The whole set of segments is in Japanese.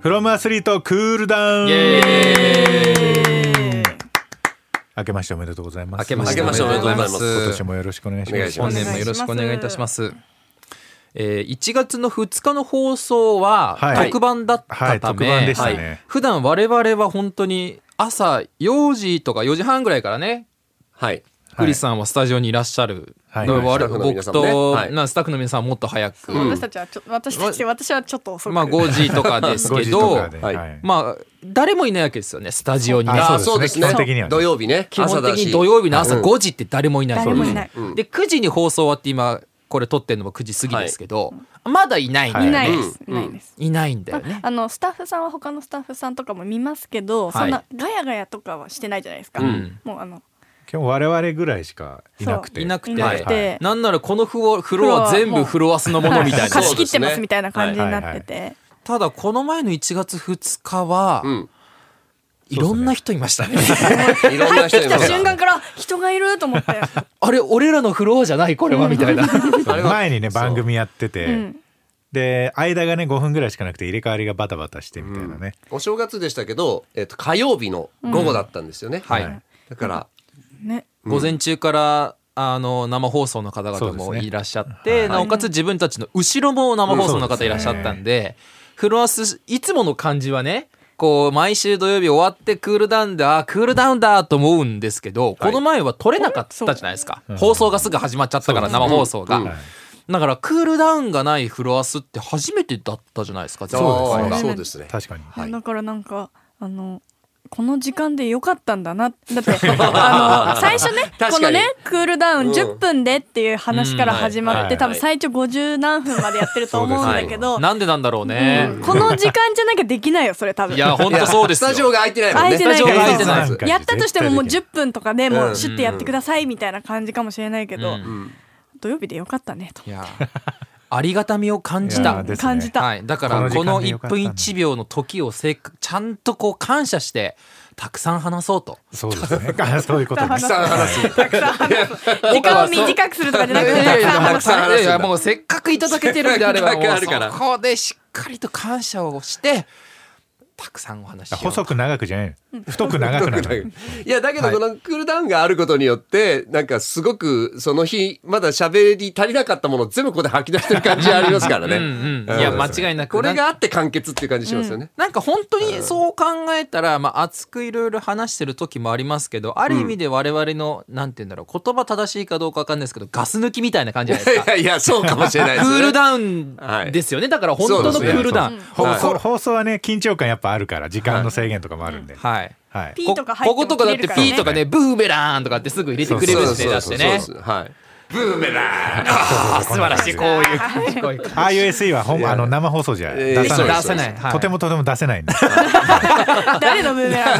フロムアスリートクールダウンイエーイ明けましておめでとうございます明けましておめでとうございます今年もよろしくお願いしお願まいすし本ます年もよろしくお願いいたします。えー、1月の2日の放送ははい特番だったはいた特め、番でしたね普段我々は本当に朝4時とか4時半ぐらいからね、はい。クリスさんはスタジオにいらっしゃる、はいで我々はい僕スタッフの皆さんもねと、はいなスタッフの皆さんはもっと早く、ん私たちはちょ私たち私はちょっと遅く、まあ5時とか です5け時とどか、ではいはいまあ誰もいないわけですよねスタジオにあは。そうですねあ基本的にはね土曜日ね。基本朝だ的しに土曜日の朝うん5時って誰もいない誰もいないうんで9時に放送終わって今これ撮ってるのも9時過ぎですけど、まだいないんだよはねいないです、うんいないです、いないんだよまあね。あのスタッフさんは他のスタッフさんとかも見ますけはど、いそんなガヤガヤとかはしてないじゃないですか、うんもうあの今日我々ぐらいしかいなくていなくていなくてはなんならこのフロアフロアフロア全部フロアスのものみたいなそう貸ですしね切ってますみたいな感じになってて、ただこの前の1月2日は、うん。いろんな人いましたね いろんな入っ人ていきまた す瞬間から人がいると思ってあれ俺らのフロアじゃないこれはみたいなあれは前にね番組やってて、んで間がね5分ぐらいしかなくて入れ替わりがバタバタしてみたいなね、お正月でしたけど、えっと、火曜日の午後だったんですよね。はいはいだから、ね午前中からあの生放送の方々そうもですねいらっしゃって、なおかつ自分たちの後ろも生放送の方いらっしゃったんで,、フロアスいつもの感じはねこう毎週土曜日終わってクールダウンだあークールダウンだと思うんですけど、この前は撮れなかったじゃないですか、放送がすぐ始まっちゃったから生放送が、うんだからクールダウンがないフロアスって初めてだったじゃないですかそうですね。ねそうですね。確かにはいだからなんかあのこの時間でよかったんだなだってあの最初ね確かにこのねクールダウンうん10分でっていう話から始まって、うん多は分い最長50何分までやってると思うんだけど、なんでなんだろうね、この時間じゃなきゃできないよそれ多分いや本当そうですいよやスタジオが空いてないもんね。空いスタジてないからオが空いてないやったとしてももう10分とかでもうんうシュッてやってくださいみたいな感じかもしれないけど、うんん土曜日でよかったねといやありがたみを感じいやたーですね感じた、はい、だからここのの時間でよ1かった分ね1秒の時をせっかちゃんとこう感謝してたくさん話そうと。そうですね あそういうことたくさん話す。たくさん話す。時間を短くするとかじゃなくていやいやいたやくさんたくさん話すんだいやいやもうせっかくいただけてるんであればせっもかくあるからうそこでしっかりと感謝をしてたくさんお話ししよう 細く長くじゃない太く長くな るいやだけどこのクールダウンがあることによってなんかすごくその日まだ喋り足りなかったものを全部ここで吐き出してる感じありますからね。うんうんいやうん間違いなくこれがあって完結っていう感じしますよね。なんか本当にそう考えたら、まあ、熱くいろいろ話してる時もありますけどある意味で我々の、なんて言うんだろう言葉正しいかどうかわかんないですけどガス抜きみたいな感じじゃない いですかやいやそうかもしれないクですね。ールウンダウンですよね、だから本当のクールダウン、放はい送放送はね緊張感やっぱあるから時間の制限とかもあるんで、はいはいピこーとか入ってこもことかだっ切てれるピからねーとかねブーメランとかってすぐ入れてくれるって出してねはい。あ素晴らしいこういうこういうああいう SE はほんあの生放送じゃえ出ーさそないうで出すせない、はい、とてもとても出せないんで誰のブーメラン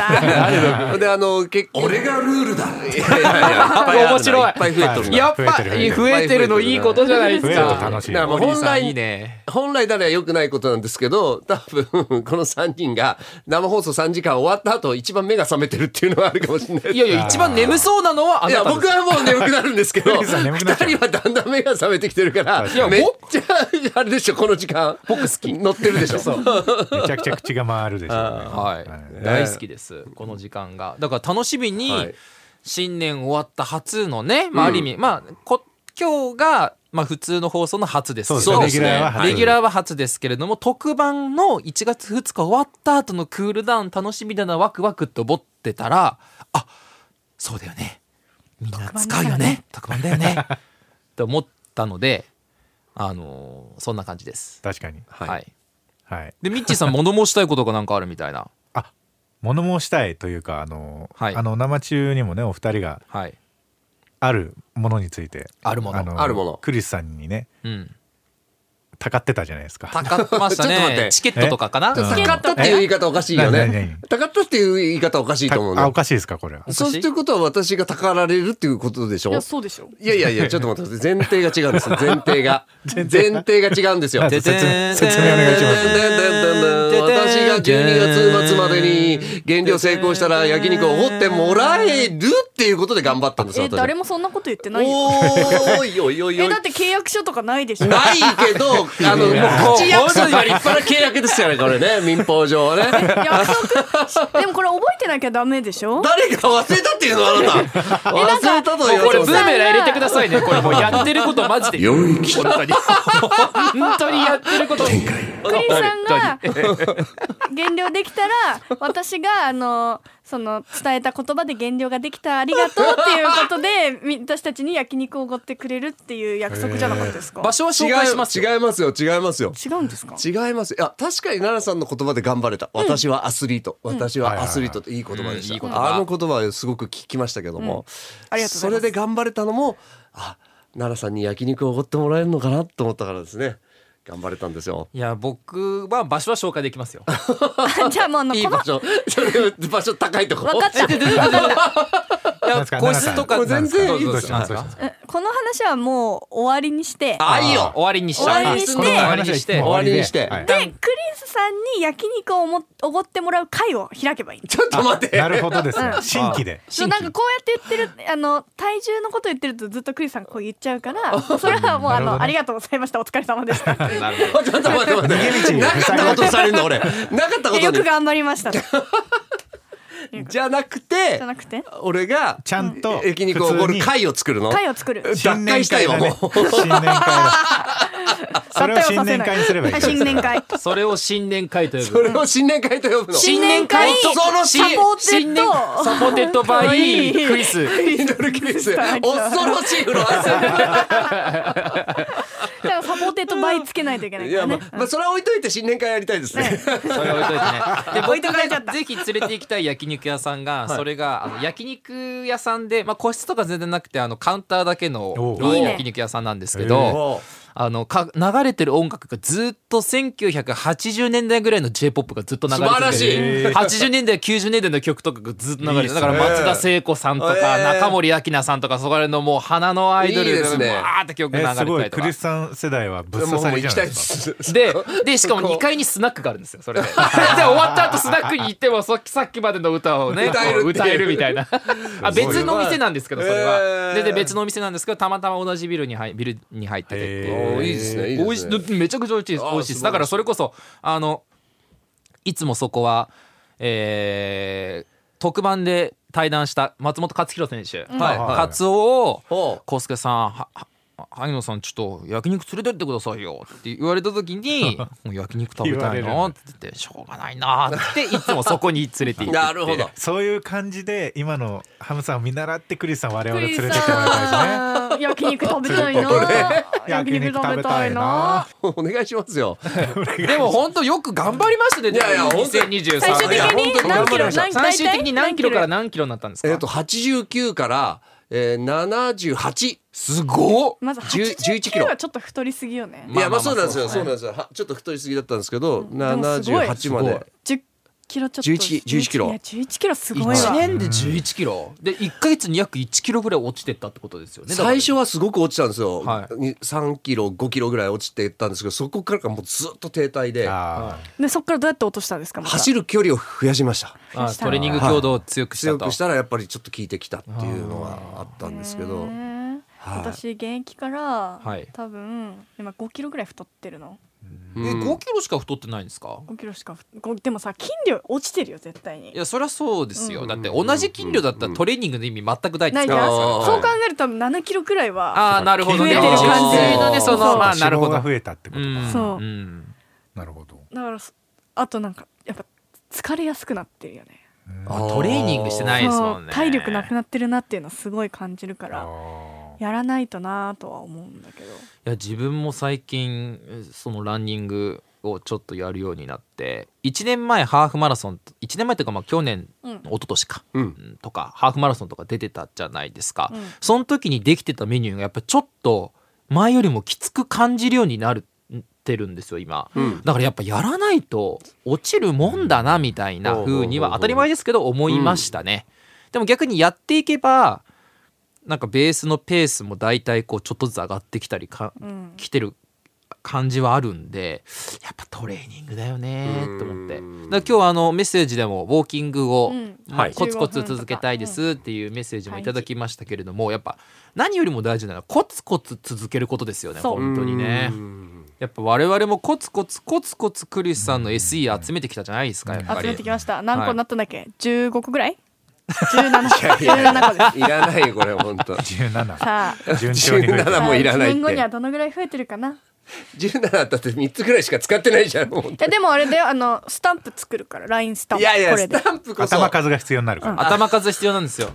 だ であの結構俺がルールだ。いやいやいや面白いっぱい増えとるな。やっ増ぱえてりる増えてるのいいことじゃないです増えるとか楽しいだからもう本本来来いいね本来なら良くないことなんですけど多分 この3人が生放送3時間終わった後一番目が覚めてるっていうのはあるかもしれないいやいや一番眠そうなのはあいなやたです僕はもう眠くなるんですけどクリスさん2眠くなっちゃう人はだんだん目が覚めてきてるからいやめっちゃあれでしょこの時間僕好き乗ってるでしょめちゃくちゃ口が回るでしょうね、はい、大好きですこの時間がだから楽しみにはい新年終わった初のね、まあ、ある意味、まあこ今日が、まあ、普通の放送の初ですけどそうねでレすギュラーは初レギュラーは初ですけれども特番の1月2日終わった後のクールダウン楽しみだなワクワクと思ってたらあそうだよねみんな使うよね特番だよ ねって思ったのであのーそんな感じです。確かにはい、はいでミッチーさん物申したいことがなんかあるみたいな。あ物申したいというかあの,、はいあの生中にもねお二人がはいあるものについてあるものあるものクリスさんにねうん、たかってたじゃないですかたかってましたちょっと待っねてチケットとかかなたかったっていう言い方おかしいよ何何ね何たかったっていう言い方おかしいと思うあおのかしいですかこれはそういうことは私がたかられるっていうことでしょいやそうでしょいやいやいやちょっと待ってください前提が違うんですよ前提が前提が違うんですよ説明説明お願いします私が12月末までに減量成功したら焼肉をおごってもらえるっていうことで頑張ったんですえよ私誰もそんなこと言ってないよおーいおいおいおえいだって契約書とかないでしょないけどあの、もう、もう口約束が立派な契約ですよね、これね、民法上はね。約束でもこれ覚えてなきゃダメでしょ誰か忘れたっていうのあなた。なんか忘れたと言これブーメうと。ラン入れてくださいねこれもうやってることマジで領域本当に本当にやってることクリさんが減量できたら私があのその伝えた言葉で減量ができたありがとうっていうことで み私たちに焼肉をおごってくれるっていう約束じゃなかったですか、場所は紹介しますよ違いますよ、違いますよ。違うんですか違います。いや、確かに奈良さんの言葉で頑張れた。私はアスリート。私はアスリートっていい言葉でうんいいし言た。葉あの言葉をすごく聞きましたけども。ありがとうござそいまれすで頑張れたのも、あ、奈良さんに焼肉をおごってもらえるのかなと思ったからですね。頑張れたんですよ。いや僕は場所は紹介できますよじゃあもうあのいいこの場所。それ場所高いとこ。分かったでででででいなんやですか個室とかもう全然いいどでうすしよますどうしますえこの話はもう終わりにしてあいいよ終わりにした終わりにして終わりにしてもうで終わりにでクリスさんに焼肉をおもおごってもらう会を開けばいいちょっと待っ て。なるほどですねうん新規でそうなんかこうやって言ってるあの体重のこと言ってるとずっとクリスさんこう言っちゃうからそれはもうなあるほの、どねありがとうございましたお疲れ様でしたっていうなるほどちょっと待って待って。なかったことにされるの俺。なかったこでよとくに。頑張りま したじじゃなくてゃ、なくて俺がちゃんと焼肉をおご普通るに会を作るの。会を作る新年会だね脱新年会だそれを脱新退はさせ年ない会にすればいいはい新年会それを新年会と呼そぶれを 新年会と呼ぶの。新年会新恐ろしいサポーテ新年ッドサポテッドバイクリスミドルキリス。恐ろしいフロア。だからサポーテッド倍つけないといけないいかやらまねあまあそれは置いといて新年会やりたいですね。それ置いといてね。で置いとかれちゃっ僕たがぜひ連れて行きたい焼肉屋さんが、それがあの焼肉屋さんで、まあ個室とか全然なくてあのカウンターだけのおあうのいいね焼肉屋さんなんですけへど、おあのか流れてる音楽がずっと1980年代ぐらいの J-POP がずっと流れてて、素晴らしいへー80年代90年代の曲とかがずっと流れていいっする。ねだから松田聖子さんとかへー中森明菜さんとかそこら辺のもう花のアイドいいルでがすねわーって曲流えれてたすごりいとクかリ。スさん世代はぶっ刺もうさもうりじ行ゃきないたでいですかす。で、で、しかもそこ2階にスナックがあるんですよ、それで。で、 終わった後スナックに行っても、そっきさっきまでの歌をね、歌えるっていうこう歌えるみた いな。あ、別のお店なんですけど、それへは。ーで、で別のお店なんですけど、たまたま同じビルに入ビルに入っててっていう。へーおいいですね。いい美で味しすいね。めちゃくちゃ美味しいですあー美味しいです素晴らしいだからそれこそあのいつもそこは、えー特番で対談した松本克弘選手、はいはいカツオをほう「浩介さんはは萩野さんちょっと焼肉連れてってくださいよ」って言われた時に「もう焼肉食べたい言わの?」って言って「しょうがないな」っていつもそこに連れて行ってなるほ ど。そういう感じで今のハムさんを見習ってクリスさん我ク々連リれスてってもらいたいですねさん焼肉食べたいな焼肉食べたいなお願いしますよ。でも本当よく頑張りましたねいやいや本当に2023最終的に何キロいや何最終的に何キロから何何キロになったんですかえっと89からえー78。すごっまず10 11 80キキロロはちょっと太りすぎよねいやまあまそあまあうなんですよ、そそううなんですよ。はちょっと太りすぎだったんですけど、でも七す十ごい八ますごいで。 10キロちょっと11 11キロいや11キロすごいわ1年で11キロで1か月に約1キロぐらい落ちてったってことですよねだから最初はすごく落ちたんですよ。はに三キロ五キロぐらい落ちていったんですけど、そこからがもうずっと停滞であーでそっからどうやって落としたんですかまた走る距離を増やしました。ああトレーニング強度を強くした強とくしたらやっぱりちょっと効いてきたっていうのはあったんですけへど、ーはい私現役からはい多分今5キロぐらい太ってるのえうん5キロしか太ってないんですか5キロしかごでもさ筋量落ちてるよ絶対いにやそりゃそうですよだって同じ筋量だったらトレーニングの意味全くないないじかゃんあーそう考えると多分7キロぐらいはああなるほどね増えてる純感じ粋なねそそうのまあなるほ脂肪がど増えたってこうとんかそうんなるほどだからそあとなんかやっぱ疲れやすくなってるよねあトレーニングしてないですもんねそう体力なくなってるなっていうのはすごい感じるからあやらないとなとは思うんだけどいや自分も最近えそのランニングをちょっとやるようになって1年前ハーフマラソン1年前というかまあ去年、うん一昨年か、うんうんとかハーフマラソンとか出てたじゃないですか、うんその時にできてたメニューがやっぱちょっと前よりもきつく感じるようになるってるんですよ今、んだからやっぱやらないと落ちるもんだなみたいな風には当たり前ですけど思いましたね、でも逆にやっていけばなんかベースのペースも大体こうちょっとずつ上がってきたりか、うん来てる感じはあるんでやっぱトレーニングだよねと思ってだかうんら今日あのメッセージでもウォーキングをうんまあはいコツコツ続けたいですっていうメッセージもいただきましたけれどもやっぱ何よりも大事なのはコツコツ続けることですよねそう本当にねうんやっぱ我々もコツコツコツコツクリスさんの SE 集めてきたじゃないですかやっぱ集めりてきました何個になったんだっけ、15個ぐらい 17, いやい17個ですやいらないよこれ本当。 17さあ順調に増えて17るもういらないって1年後にはどのぐらい増えてるかない17だったって3つぐらいしか使ってないじゃん本やでもあれだよあのスタンプ作るから LINE スタ当ンいプやいやこれスでタンプこそ頭数が必要になるから、頭数必要なんですよ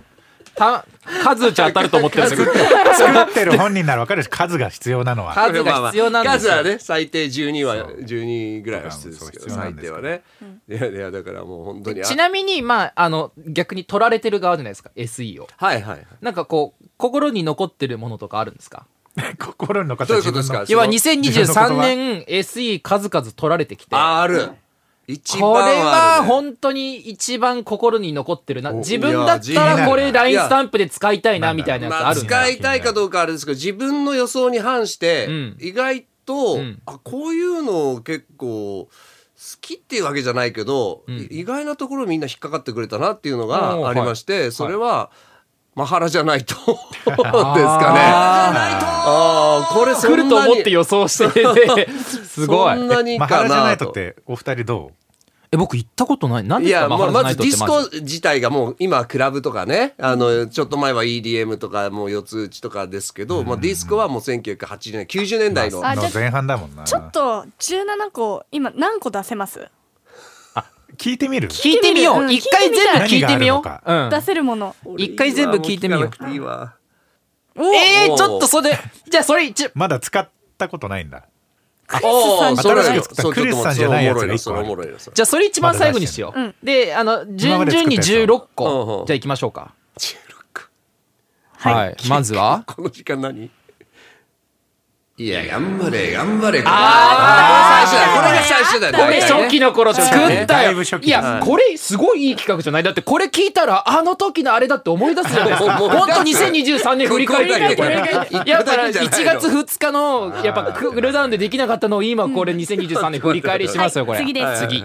た数打ち当たると思ってるん ですけど作ってる本人なら分かるし数が必要なのは数が必要なんです数よはね最低12は12ぐらいは必要ですけそう必ど要な最んです低けどはね、いやいやだからもう本当にあちなみにまああの逆に取られてる側じゃないですか SE をはいはいはいなんかこう心に残ってるものとかあるんですか 心の形どういうことですか要はその2023年 SE 数々取られてきてあある一番これあはるね本当に一番心に残ってるなお自分だったらこれいや LINE スタンプで使いたいなみたいなやつまああ、るん使だいたいかどうかあれですけど自分の予想に反して、うん意外と、うんあこういうの結構好きっていうわけじゃないけど、んい意外なところみんな引っかかってくれたなっていうのおーがありまして、それは、マハラじゃないと ですかね。ああーこれそ来んなるにと思って予想 しててすごそんいなにマかハラじゃなないとっと。てお二人どえ僕行ったことない何いですやかマまハラあじゃまないずとデっィてスマジコ自体がもう今クラブとかねあのちょっと前は EDM とかもう四つ打ちとかですけど、まあ、ディスコはもう1980年90年代のうあのじゃあ前半だもんなちょっと17個今何個出せます聞いてみる聞いてみよううん一回全部聞いてみよ何がううん出せるもの一回全部聞いてみよう俺今も聞かなくていいわおえー、おーちょっとそれじゃあそれ一まだ使ったことないんだクリスさんあじゃ新なしいく作ったクリスさんじゃないやつが一個あるじゃあそれ一番最後にしよう、まだ出してであの順まで作っ々たにやつ16うんう個んじゃあ行きましょうかはいまずはこの時間何いや頑張れ頑張れこれが最初だよこれ大体ね初期の頃作初期ねっただいよぶ初期いやこれすごいいい企画じゃないだってこれ聞いたらあの時のあれだって思い出すじゃないですかもう本当2023年振り返ってこ れ振り返ってこれやっぱ1一個だけじゃないの月2日のやっぱクールダウンでできなかったのを今これ2023年振り返りしますよこれはい次です次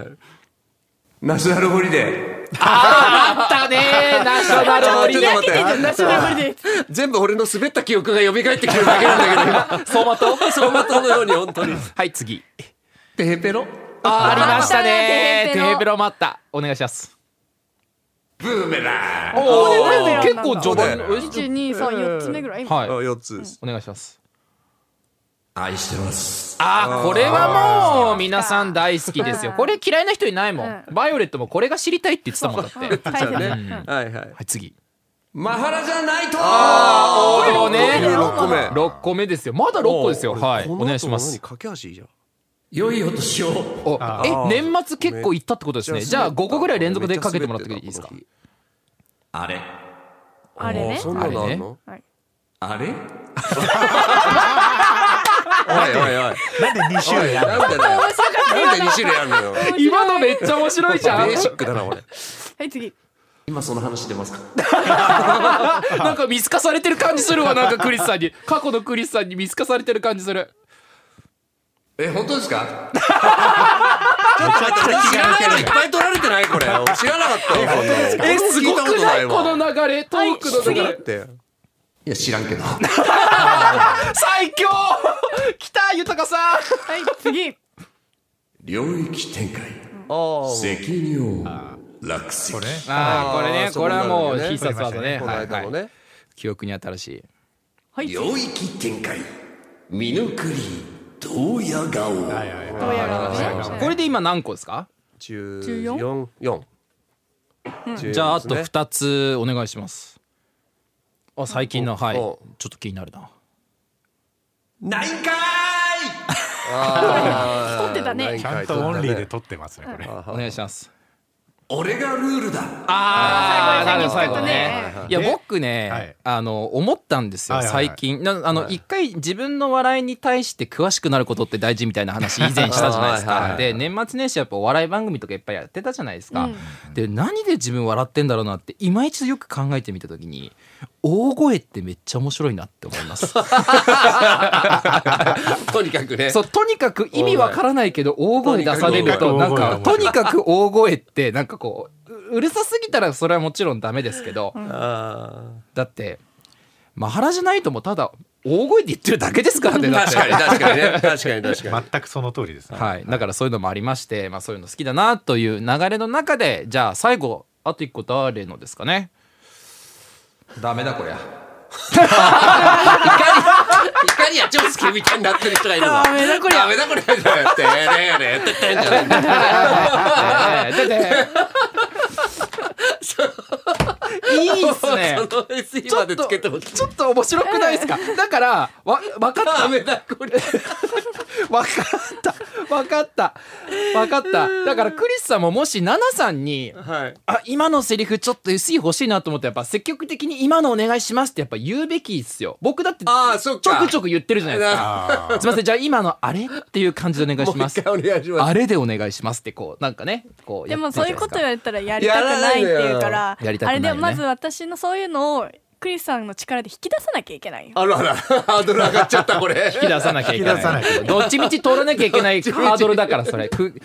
ナショナルホリデーあったねナショナルホリちょデーっと待ってナショナルで全部俺の滑った記憶が蘇ってきてるだけなんだけど相馬 と今相馬灯のように本当にはい次ペヘペロあありましたねテテヘペロヘペロもあったお願いしますブーメランおー結構序盤そうだよの1234つ目ぐらいはい4つですお願いします愛してますあーこれはもう皆さん大好きですよこれ嫌いな人いないもんうバイオレットもこれが知りたいって言ってたもんだっては大切だはいはいい次マハラじゃないとこれをね6個目6個目ですよまだ6個ですよはいこの後お願いします何駆け足いいじゃん良いお年をおあえ年末結構いったってことですねじゃあ5個ぐらい連続でかけてもらっていいですかあれあれねそんなのあんのはいあれおいおいおいなんで2種類あるなんでだよなんで2種類あるのよ今のめっちゃ面白いじゃんベーシックだな俺はい次今その話出ますかなんか見透かされてる感じするわなんかクリスさんに過去のクリスさんに見透かされてる感じするえ本当ですかちょっと待って知らないのいっぱい取られてないこれ 知らなかったわえすごくないこの流れトークの流れ、っていや知らんけど最強 来た豊さんはい次領域展開責任を落石こ れねああこれねこれはもう必そう殺なんだよ技ねねこのはい間もはいね記憶に新しいはい次領域展開見ぬくりどうや顔どうやらねこれで今何個ですか14 4じゃああと2つお願いしますあ最近のはいちょっと気になるなないんか撮ってたねちゃんとオンリーで撮ってますねこれお願いします俺がルールだああなるほど最最後後にねいや僕はねいあの思ったんですよはいはいはい最近なあの一回自分の笑いに対して詳しくなることって大事みたいな話以前したじゃないですはいはいかはいで年末年始やっぱお笑い番組とかいっぱいやってたじゃないですかで何で自分笑ってんだろうなって今一度よく考えてみた時に大声ってめっちゃ面白いなって思いますとにかくねそうとにかく意味わからないけど大声出されるととなにんかかくと大声にかく大声ってなんかこうううるさすぎたらそれはもちろんダメですけどあだってマハラじゃないともただ大声で言ってるだけです からねだって確かに確かにね。確かに確かに。全くその通りですね。はい、だからそういうのもありまして、まあ、そういうの好きだなという流れの中でじゃあ最後あと一個誰のですかねダメだ こりゃいかにや長介みたいになってる人がいるわ。ダメだこりゃダメだこれ。ってやってねえねえってってんじゃない。えーで でいいっすねその SE ちょまっとでつけてほしい。ちょっと面白くないですかだからわ分かったダメだこれ。わかったわかったわかっただからクリスさんももしナナさんにはい。あ今のセリフちょっと SE 欲しいなと思ってやっぱ積極的に今のお願いしますってやっぱ言うべきっすよ僕だってあーそっちょかくちょく言ってるじゃないですかあーすいませんじゃあ今のあれっていう感じでお願いしま一す回お願いします。あれでお願いしますってこうなんかねこうでやってもるじゃないそういうですこかと言われたらやりたくないっていうかやららないのよやりたくあないよれねでまず私のそういうのをクリスさんの力で引き出さなきゃいけないよあらあら。ハードル上がっちゃったこれ。引き出さなきゃいけない引き出さなきゃいけないどっちみち通らなきゃいけ ないハードルだからそれく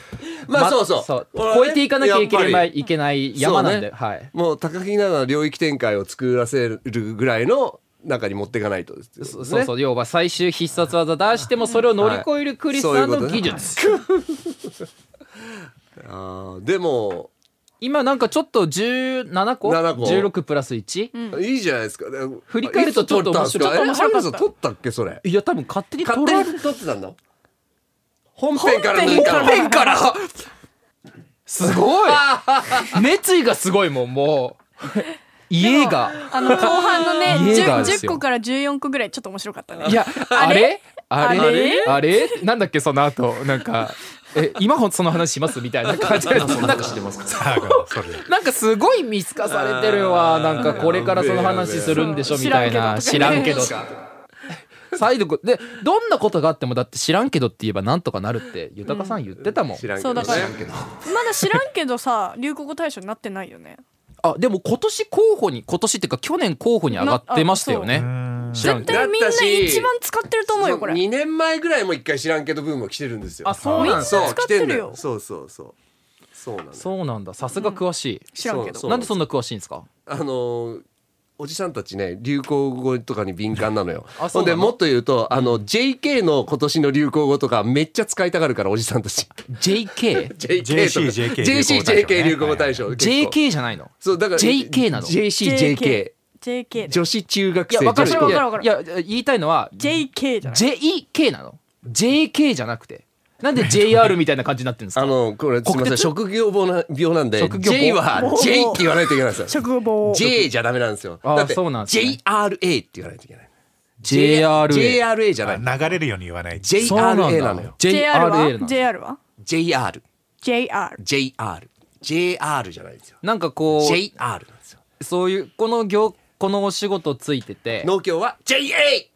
まあそうそう俺はね超えていかなきゃいけやっなぱいいけない山なんで、そうねはいもう高木菜那の領域展開を作らせるぐらいの中に持っていかないとですよねそうそう要は最終必殺技出してもそれを乗り越えるクリスさんの技術、あーでも今なんかちょっと17個7個16プラス 1?、いいじゃないですかね振り返るとちょっと面白いいつ撮んですかちょっと面白かったえ春菜さん撮ったっけそれいや多分勝手に勝手られに撮ってたんだ本編から抜い本たの編からすごい熱意がすごいもんもう家があの後半のねイエーガー 10, ですよ10個から14個ぐらいちょっと面白かったねいやあれあれああれれなんだっけその後なんかえ今ほんその話しますみたいな感じで なんかさあがそれなんかすごい見透かされてるわなんかこれからその話するんでしょみたいな知知ららんんけけどどって 再度こでどんなことがあってもだって知らんけどって言えばなんとかなるって豊さん言ってたもん、知らんけそどうだからねまだ知らんけどさ流行語大賞になってないよねあでも今年候補に今年っていうか去年候補に上がってましたよね知らん絶けど対みんな一番使ってると思うよこれ2年前ぐらいも一回知らんけどブームが来てるんですよあそうなんだそう使来っててんだるよよそうそうそうそうなんだそうなんださすが詳しい、知らんけどそうなんでそんな詳しいんですかあのーおじさんたちね流行語とかに敏感なのよ。あそほうんなでのもっと言うとあの JK の今年の流行語とかめっちゃ使いたがるからおじさんたち。 JK JK とか JC JCJK 流行語大賞。結構 JK じゃないのそうだから JK なの JCJK JK 女子中学いや生わかる女子わかるわかいやいや言いたいのは JK じゃない JK なの JK じゃなくてなんで JR みたいな感じになってるんですかあのこれすみませ国ん鉄職業病な病なんで職業病 J は J って言わないといけないんですよ。食棒 J じゃダメなんですよ。あだってそうなんですね JRA って言わないといけない。 JRA JRA じゃない。流れるように言わない。 JRA そうなんだなのよ。 JR は JRL なの JR は JR。 JR JR。JR じゃないんですよ。なんかこう JR なんですよ。そういうこの業このお仕事ついてて農協は JA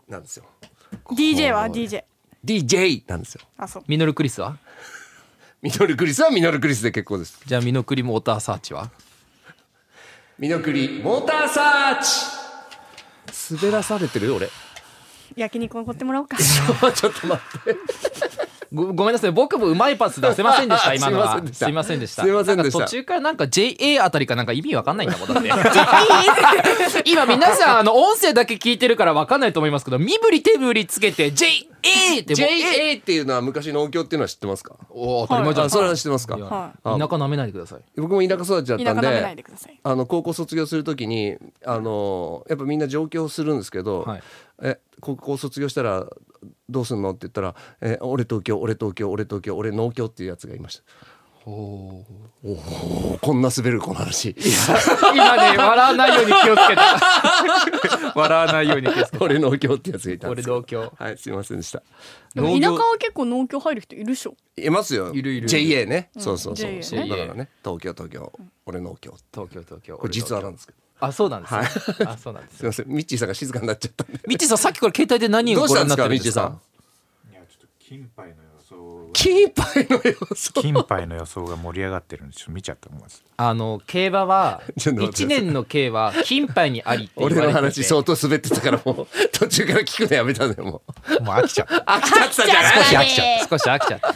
なんですよ。 DJ は DJ DJ なんですよ。あそうミノルクリスはミノルクリスはミノルクリスで結構です。じゃあミノクリモーターサーチ はミノクリモーターサーチ滑らされてるよ俺。焼肉を怒ってもらおうかちょっと待って。ごごめんなさい僕もうまいパス出せませんでした今のはすすいいまませせんんででししたたなんか途中からなんか JA あたりかなんか意味わかんないんだも んだって今皆さんあの音声だけ聞いてるからわかんないと思いますけど身振り手振りつけて JA ってもう JA っていうのは昔農協っていうのは知ってますか。おー当たり前じゃんあ、それは知ってますか。は田舎舐めないでください僕も田舎育ちだっいた田ん舎舐めないで。でくださいあの高校卒業するときにあのやっぱみんな上京するんですけど、はいえ高校卒業したらどうすんのって言ったら「え俺東京俺東京俺東京俺農協」っていうやつがいました。おおこんな滑るこの話今ね笑わないように気をつけた笑わないように気をつけ 俺農協ってやつがいたたんで俺すけど同郷はいすいませんでしたでも田舎は結構農協入る人いるでしょいますよいるいる JA ね、そうそうそう、 JA そうだからね東京東京俺農協東京東京これ実はなんですけどあそうなんですよあそうなんですすいませんミッチーさんが静かになっちゃったんでミッチーさんさっきから携帯で何どをうしごた覧んになってるんでですかミッチーすさかんいやちょっと金杯の予想金杯の予想金杯の予想が盛り上がってるんでちょっと見ちゃったもんです。あの競馬は ちょっと待って一年の競は金杯にありって言われ俺てての話相当滑ってたからもう 途中から聞くのやめたのよもうもう飽きちゃった。飽きちゃったじゃ少しな飽いきちゃった少し飽きちゃった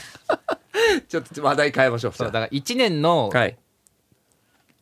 ちょっと話題変えましょうそうだから一年の、はい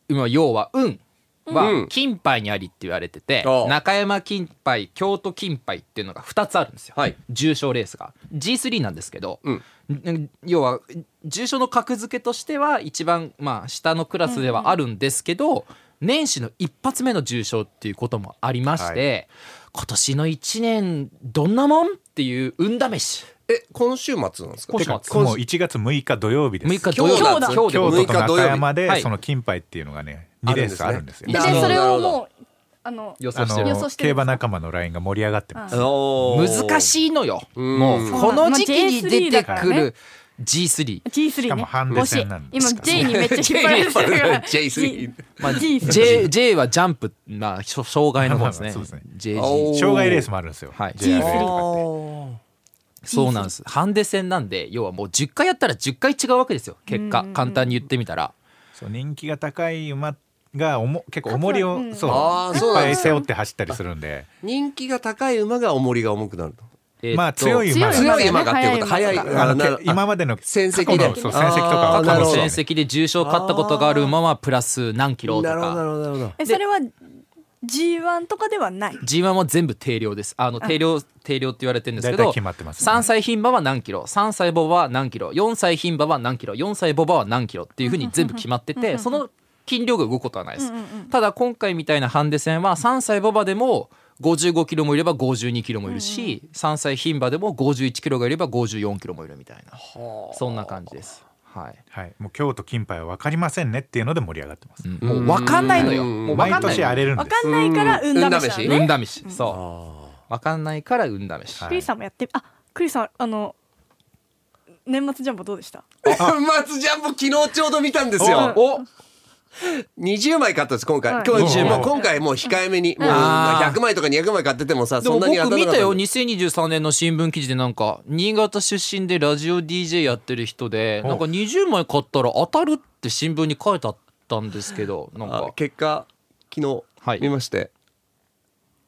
今要は運はん金杯にありって言われてて、ああ中山金杯京都金杯っていうのが2つあるんですよ、はい重賞レースが G3 なんですけど、うんん要は重賞の格付けとしては一番、まあ、下のクラスではあるんですけど、年始の一発目の重賞っていうこともありまして、今年の1年どんなもんっていう運試しえ今週末なんですか今て週末かもう1月6日土曜日です6日今土日曜日なんです今日でご京都ざいまと6日土曜日中山はいでその金杯っていうのがね2レースあるんですよあるんでなそるほどれをなるもうあのす予あ想してる予想のしてる競馬仲間のラインが盛り上がってます難いしいのよんもうこの時期に出てくまあ J3 だからねる G3 し G3 かねもハンもデし戦なんで今 すから J にめっちゃ引っ張られてるから J3 まあ、 G3 J, J はジャンプ、まあ、しょ障害の方ですね。まあまあそうですね JG。障害レースもあるんですよ、はい JRA とかってそうなんです。ハンデ戦なんで、要はもう10回やったら10回違うわけですよ。結果、簡単に言ってみたら。そう人気が高い馬がおも結構重りを、うんそうあーいそっうなんぱでいす背負って走ったりするんで、人気が高い馬が重りが重くなるとえーっとまあ強い馬強い強い馬がっていうこと速早いい馬ああのなるけ今までの戦績で過去のそう戦績とかあはーなかるもし戦ほどれない績で重賞勝ったことがある馬はプラス何キロとなるほどなるか。ほどなるほどえそれは G1 とかではない G1 は全部定量です。あの定量定量って言われてるんですけ大ど、体決まってますね3歳牝馬は何キロ、3歳ボバは何キロ、4歳牝馬は何キロ、4歳ボバは何キロっていうふうに全部決まってて、その筋量が動くことはないです。ただ今回みたいなハンデ戦は3歳ボバでも55キロもいれば52キロもいるし、3歳牝馬でも51キロがいれば54キロもいるみたいな、そんな感じです。はい。はい、もう京都金杯は分かりませんねっていうので盛り上がってます、もう分かんないのよ。もう分毎かんない年荒れるんわでかすんないからう運試んしだね運試し。そう。分かんないから運試し。クリスさんもやってあクリスさんあの年末ジャンボどうでした松ジャンボ昨日ちょうど見たんですよ。お20枚買ったんです今はい回。今日20もう今回もう控えめにもうあー100枚とか200枚買っててもさでそもんなに当僕たら見なかったよた。 2023年の新聞記事でなんか新潟出身でラジオ DJ やってる人でなんか20枚買ったら当たるって新聞に書いてあったんですけどなんあか結果昨はい日見まして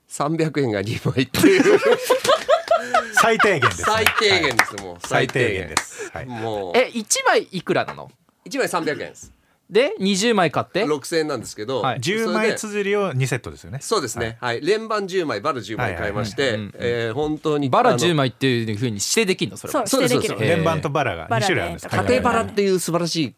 300円が2枚っていう最低限です、ね、最低限ですもう最低限です、はい、もうえ1枚いくらなの1枚300円ですで20枚買って6000円なんですけどはい10それ枚で綴りを2セットですよねそうですねはい連番10枚バル10枚買いましはてえー本当にバあラの10枚っていうふうに指定できるのそれそうはそうで指定できするそうです連番とバラが2種類あるんですバラね縦バラっていう素晴らしい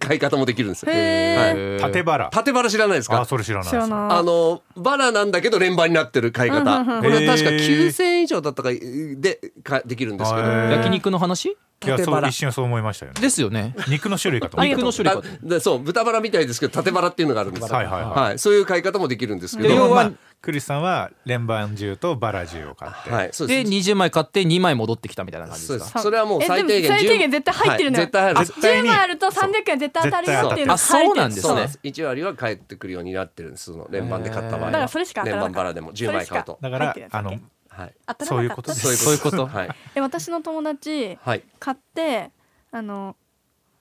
買い方もできるんですよへはいはい縦バラ縦バラ知らないですかあそれ知らない知らないあのバラなんだけど連番になってる買い方これ確か9,000円以上だったかでかできるんですけどへー焼肉の話いや縦そバうラ一瞬そう思いましたよねですよね肉の種類かと思った肉の種類あかとでそう豚バラみたいですけど縦バラっていうのがあるんですよはいはいはいはい、そういう買い方もできるんですけででど要もまはあクリスさんは連番銃とバラ銃を買って、はいそうでです20枚買って2枚戻ってきたみたいな感じそでうすでかすそれはもう最え低限でも最低限絶対入ってるのよはい絶対入る絶対10に枚あると300円絶対当たるよっていうのがあ入っそてるうなんですそうなんねです1割は返ってくるようになってるんですその連番で買った場合はだからそれしか当た連らな番かバっラたでも10枚買うとだか入っらてるやつあのけはい当たらなかったそういうことですそういうことはいえ私の友達はい買ってあの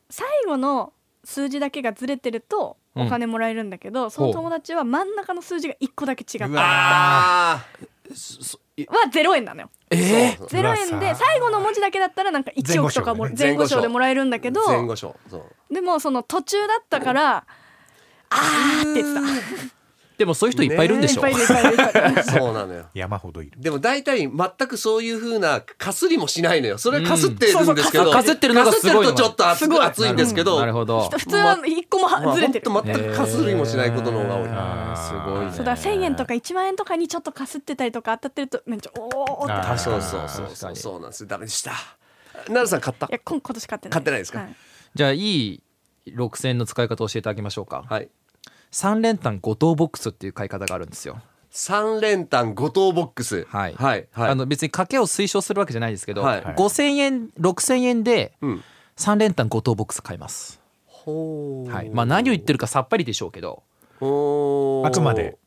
最後の数字だけがずれてるとお金もらえるんだけど、その友達は真ん中の数字が1個だけ違ったうはわあ0円なのよえー0円うでわ最後の文字だけだったらなんか1億とかも前前後後賞賞でもらえるんだけど前後賞そうでもその途中だったからあーって言ってでもそういう人いっぱいいるんでたいしっょぱいいるいっぱいいるいっぱいいる そうなのよ山ほどいるでも大体全くそういう風なかすりもしないのよ。それはかすってるんですけど、うんそうそうかすってるのがすごいのかすってるとちょっと熱すごいい熱いんですけど、なるほど普通は1個もまあはずれてる、ほんと全くかすりもしないことの方が多い。あーすごいねそうだから1,000円とか1万円とかにちょっとかすってたりとか当たってるとめっちゃおーってあーあそうそうそう確かそうにそうなんですよ。ダメでした。なるさん買ったい。や今今年買ってない買ってないですかはいじゃあいい6000円の使い方を教えてあげましょうか、はい。三連単五等ボックスっていう買い方があるんですよ。三連単五等ボックス。はい。はいはい。あの別に賭けを推奨するわけじゃないですけど、はい五千円六千円でん三連単五等ボックス買います。ほーはい。まあ何を言ってるかさっぱりでしょうけど、ほーあくまで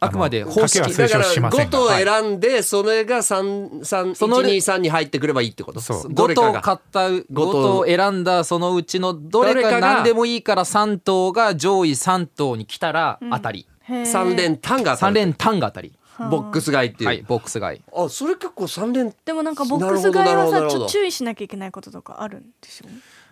あくまで方式賭けは推だか奨らしませ5んが等選んでそれが三三一その二三に入ってくればいいってこと。そうど五れか等が買った五等等選んだそのうちのどれどれかかが何でもいいから三等が上位三等に来たら当たり、へー三連単が当た三る連単が当たり。ボックス買いっていう。はい。ボックス買い。あそれ結構三連でもなんかボックス買いなるはほどなるさちほどょっと注意しなきゃいけないこととかあるんでしょ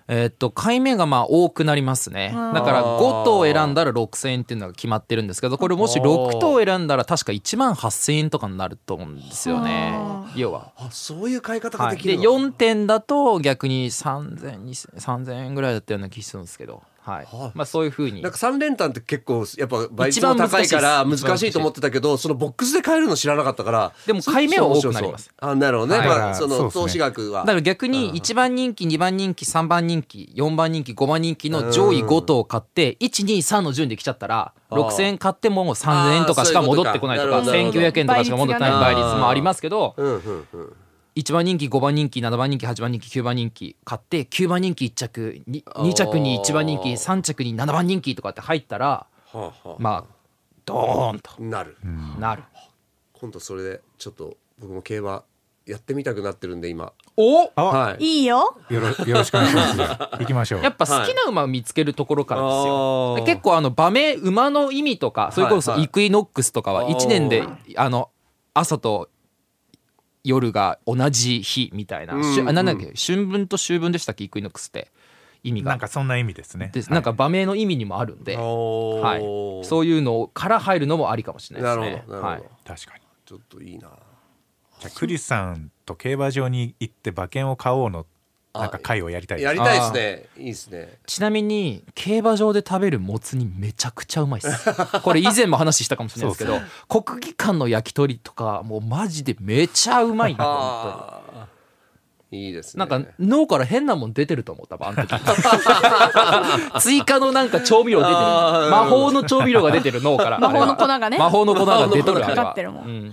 えーっと買い目がまあ多くなりますねあーだから5頭選んだら6,000円っていうのが決まってるんですけどこれもし6頭選んだら確か1万8,000円とかになると思うんですよねは要は。あそういう買い方がはでい、きるでの、 4点だと逆に3,0003,000円ぐらいだったような気するんですけど、はいはいまあ、そういうふうになんか3連単って結構やっぱ倍率一番も難しい高でいすから難しいと思ってたけどそのボックスで買えるの知らなかったからでも買い目は多くなりますそうそうそうあなるほどね、はいまあ、そそうのですね投資額はだから逆に1番人気2番人気3番人気4番人気5番人気の上位5頭を買って123の順で来ちゃったらあー6,000円買っても3,000円とかしか戻ってこないとあかーそういうことか1,900円とかしか戻ってない倍倍率がね率もありますけどうんうんうん1番人気5番人気7番人気8番人気9番人気買って9番人気1着 2, 2着に1番人気あー3着に7番人気とかって入ったらはあはあまあドーンとなる、なる。今度それでちょっと僕も競馬やってみたくなってるんで今おあはいいいよよろよろしくお願いし ますじゃあ行きましょうやっぱ好きな馬を見つけるところからですよ。はいで結構あの場名馬の意味とかそれこそはいはいイクイノックスとかはあー1年であの朝と夜が同じ日みたいな、うんしゅあなんだっうけ春分と秋分でしたっけイクイノックスって意味がなんかそんな意味ですねですなんか場名の意味にもあるんで、は、はいそういうのから入るのもありかもしれなないるでほすどね。なるほはど、い確かにちょっといいなじゃあクリスさんと競馬場に行って馬券を買おうのなんか会をやりたいですやりたいですねいいですねちなみに競馬場で食べるもつ煮めちゃくちゃうまいっすこれ以前も話したかもしれないですけど国技館の焼き鳥とかもうマジでめちゃうまいな本当にあーいいですなねんか脳から変なもん出てると思う多分あの時追加のなんか調味料出てるあー魔法の調味料が出てる脳から魔法の粉あれはがね魔法の粉が出てるあれはかかってるもんうん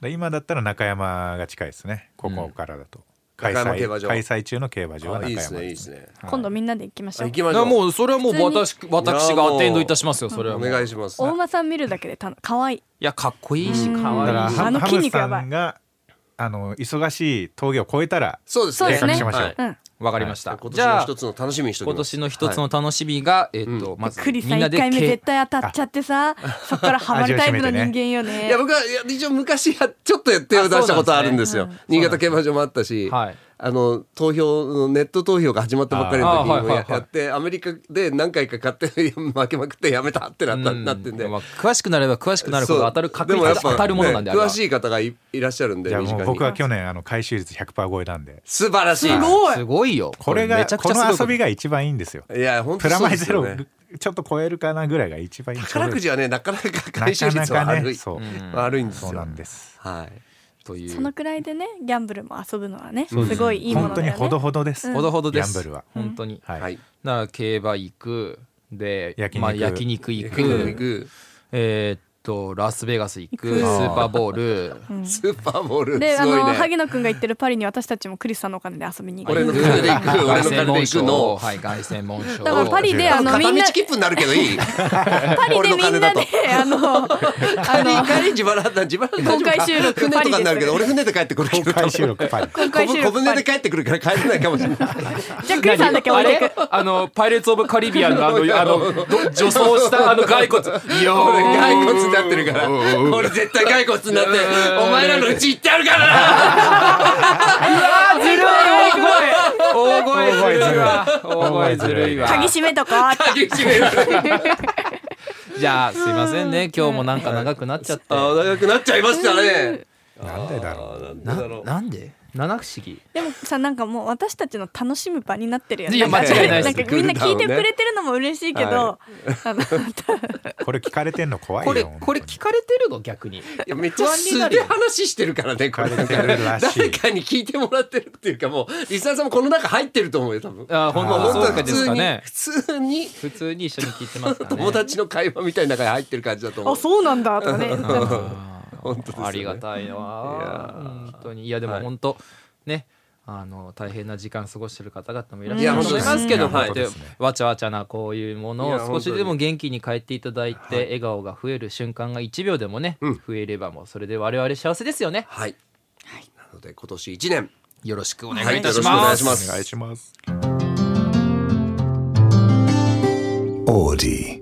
で今だったら中山が近いですねここからだと、開中山競馬催場開催中の競馬場はあ中いい山ですねいいですね今度みんなで行きましあょう行きまだかしょらうもうそれはもう私い私やーがもうアテンドいたしますよそれはおもう願いします大馬さん見るだけでたの可愛いやかっこいいしかだからわいいしハあのハ筋ム肉さやばいんがあの忙しい峠を越えたらそうですそうねですね計画しましょうはいうんわかりました今年じゃのあ一つの楽しみにしておき今ます年の一つの楽しみが、えっ、と、まずクリみさんんな1で回目け絶対当たっちゃってさそっからハマるタイプの人間よねいや僕はいや一応昔やちょっと手を出したことあるんですよあそうなん新潟競馬場もあったし、はいあの投票のネット投票が始まったばっかりの時あーにはいもはいやはいやってアメリカで何回か買って負けまくってやめたってなった、うんなってんで。まあ、詳しくなれば詳しくなるほどそう当たる確で率もやっがぱ当たるものなんであねれは詳しい方がいいらっしゃるんでじゃあ身近もうに僕は去年あの回収率100%超えなんで素晴らしいすごいすごいよこれがめちゃこくちゃすごいのと遊びが一番いいんですよいや本当プラそマうイでゼすロよねちょっと超えるかなぐらいが一番いい宝くじはねなかなか回収率はなかなか悪ねいそう悪いんですそうよなんですはいといそうのくらいでねギャンブルも遊ぶのはねすごいいいもの本当だによほどねほどです、ほどほどですギャンブルは本当に、はい、はいなら競馬行くで焼肉まあ、焼肉行く行く行くえーっとラスベガス行く行くスーパーボールスーパーボールですあごいのね萩野くんが行ってるパリに私たちもクリスさんのお金で遊びに行俺くの金で行く俺の凱旋金で門行賞くのはい凱旋門賞だからパリであの片みん道な切符になるけどいいパリでみんなであの帰り帰り自腹だ自腹だ公開収録船とパリでかすになるけど俺船で帰ってくるけど公開収録パリ公開収小録舟で帰ってくるから帰れないかもしれないじゃあクリさんだけ置あいてくれあのパイレーツ・オブ・カリビアンのあ のあのど女装したあの骸骨いや俺ー骸骨になってるから俺絶対骸骨になってお前らのうち行ってやる からずるい大な声大声ずるいわ大声ずるいわ 鍵閉めとこうって激しめられるじゃあすいませんね今日もなんか長くなっちゃってあー長くなっちゃいましたねなんでだろうななんで七不思議でもさなんかもう私たちの楽しむ場になってるよねいや間違いないですんかみんな聞いてくれてるのも嬉しいけど、あのこれ聞かれてんの怖いよこれ本当にこれ聞かれてるの逆にいやめっちゃ素で話してるからねこれなんか聞かれてるらしい誰かに聞いてもらってるっていうかもうリスナーさんもこの中入ってると思うよ多分あー本当もうそう本か当ですかね普通に普通に一緒に聞いてます普から通にね友達の会話みたいな中に入ってる感じだと思 あうそうなんだとかねあー本当ですよねありがたいな本当にいやでも本当ねあの大変な時間過ごしてる方々もいらっしゃいるやと思いますけども本当でですねわちゃわちゃなこういうものいをや少しでも元気に変えていただいて笑顔が増える瞬間が1秒でもね増えればもうそれで我々幸せですよねはいなので今年一年よろしくおは願いいいよろたしくしお願まいすしますお願いします Audi.